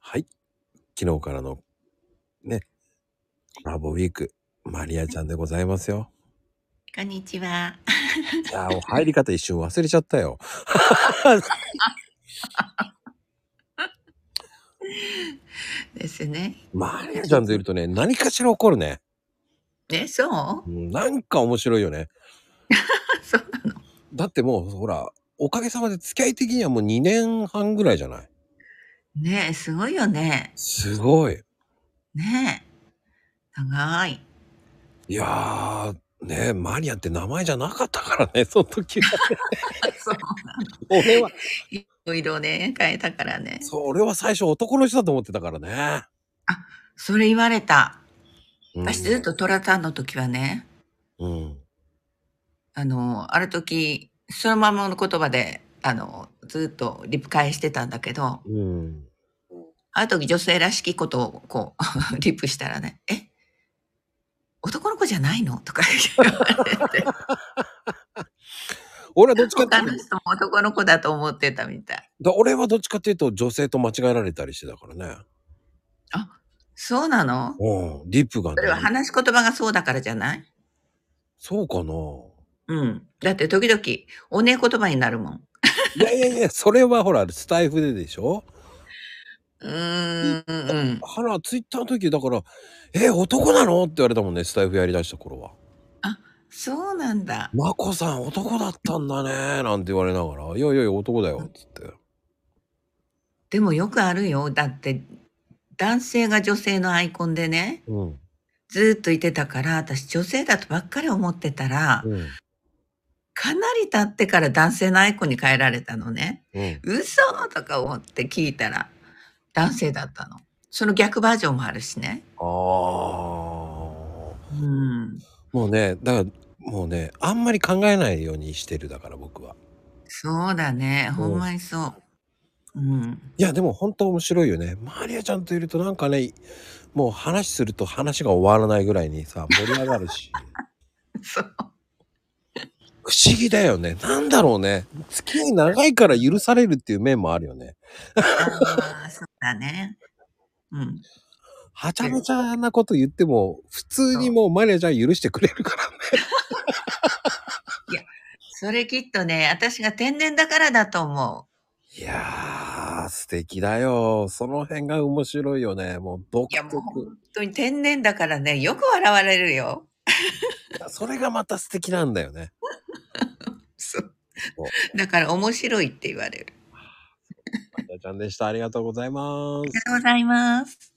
はい。昨日からの、ね、コラボウィーク、マリアちゃんでございますよ。こんにちは。いやー、お入り方一瞬忘れちゃったよ。 ですね。マリアちゃんといるとね、何かしら起こるね。え、そううんなんか面白いよね。 そうなのだってもう、ほら、おかげさまで付き合い的にはもう2年半ぐらいじゃない。ねえ、すごいよね。すごい。ねえ。長い。いやー、ね、マリアって名前じゃなかったからね、その時は。 そう。俺は、いろいろね、変えたからね。そう、俺は最初男の人だと思ってたからね。それ言われた。うん私ずっとトラタンの時はね、うん。あの、ある時、そのままの言葉で、あの、ずっとリプ返してたんだけど、うん。ある時女性らしきことをこう、 リプしたらね、え男の子じゃないのとか言われ て。俺はどっちかってい他うとの人も男の子だと思ってたみたい。だ俺はどっちかっていうと女性と間違えられたりしてたからね。そうなのうん。リップがそれはね。話し言葉がそうだからじゃないそうかな。うん。だって時々、おねえ言葉になるもん。いやいやいや、それはほら、スタイフででしょうーん、うん。はら、ツイッターの時、だから、え、男なのって言われたもんね、スタイフやりだした頃は。そうなんだ。まこさん、男だったんだね、なんて言われながら、いやいやいや、男だよ、つって。でもよくあるよ。だって、男性が女性のアイコンでね、うん。ずーっといてたから、私女性だとばっかり思ってたら、うん。かなり経ってから男性のアイコンに変えられたのね。うん。嘘とか思って聞いたら、男性だったの。その逆バージョンもあるしね。ああ。もううん。ね、だから、もうね、あんまり考えないようにしてる、だから僕は。そうだね。ほんまにそう。うん。いや、でも本当面白いよね。マリアちゃんといるとなんかね、もう話すると話が終わらないぐらいにさ、盛り上がる し。そう。不思議だよね。なんだろうね。付き合い長いから許されるっていう面もあるよね。あーそうだね。うん。はちゃめちゃなこと言っても、普通にもうマリアちゃん許してくれるからね。それきっとね、私が天然だからだと思いやー、素敵だよ。その辺が面白いよね。もう独いやもう特。う。本当に天然だからね、よく笑われるよ。いやそれがまた素敵なんだよね。そう。だから面白いって言われる。マリアちゃんでした。ありがとうございますあり。がとうございます。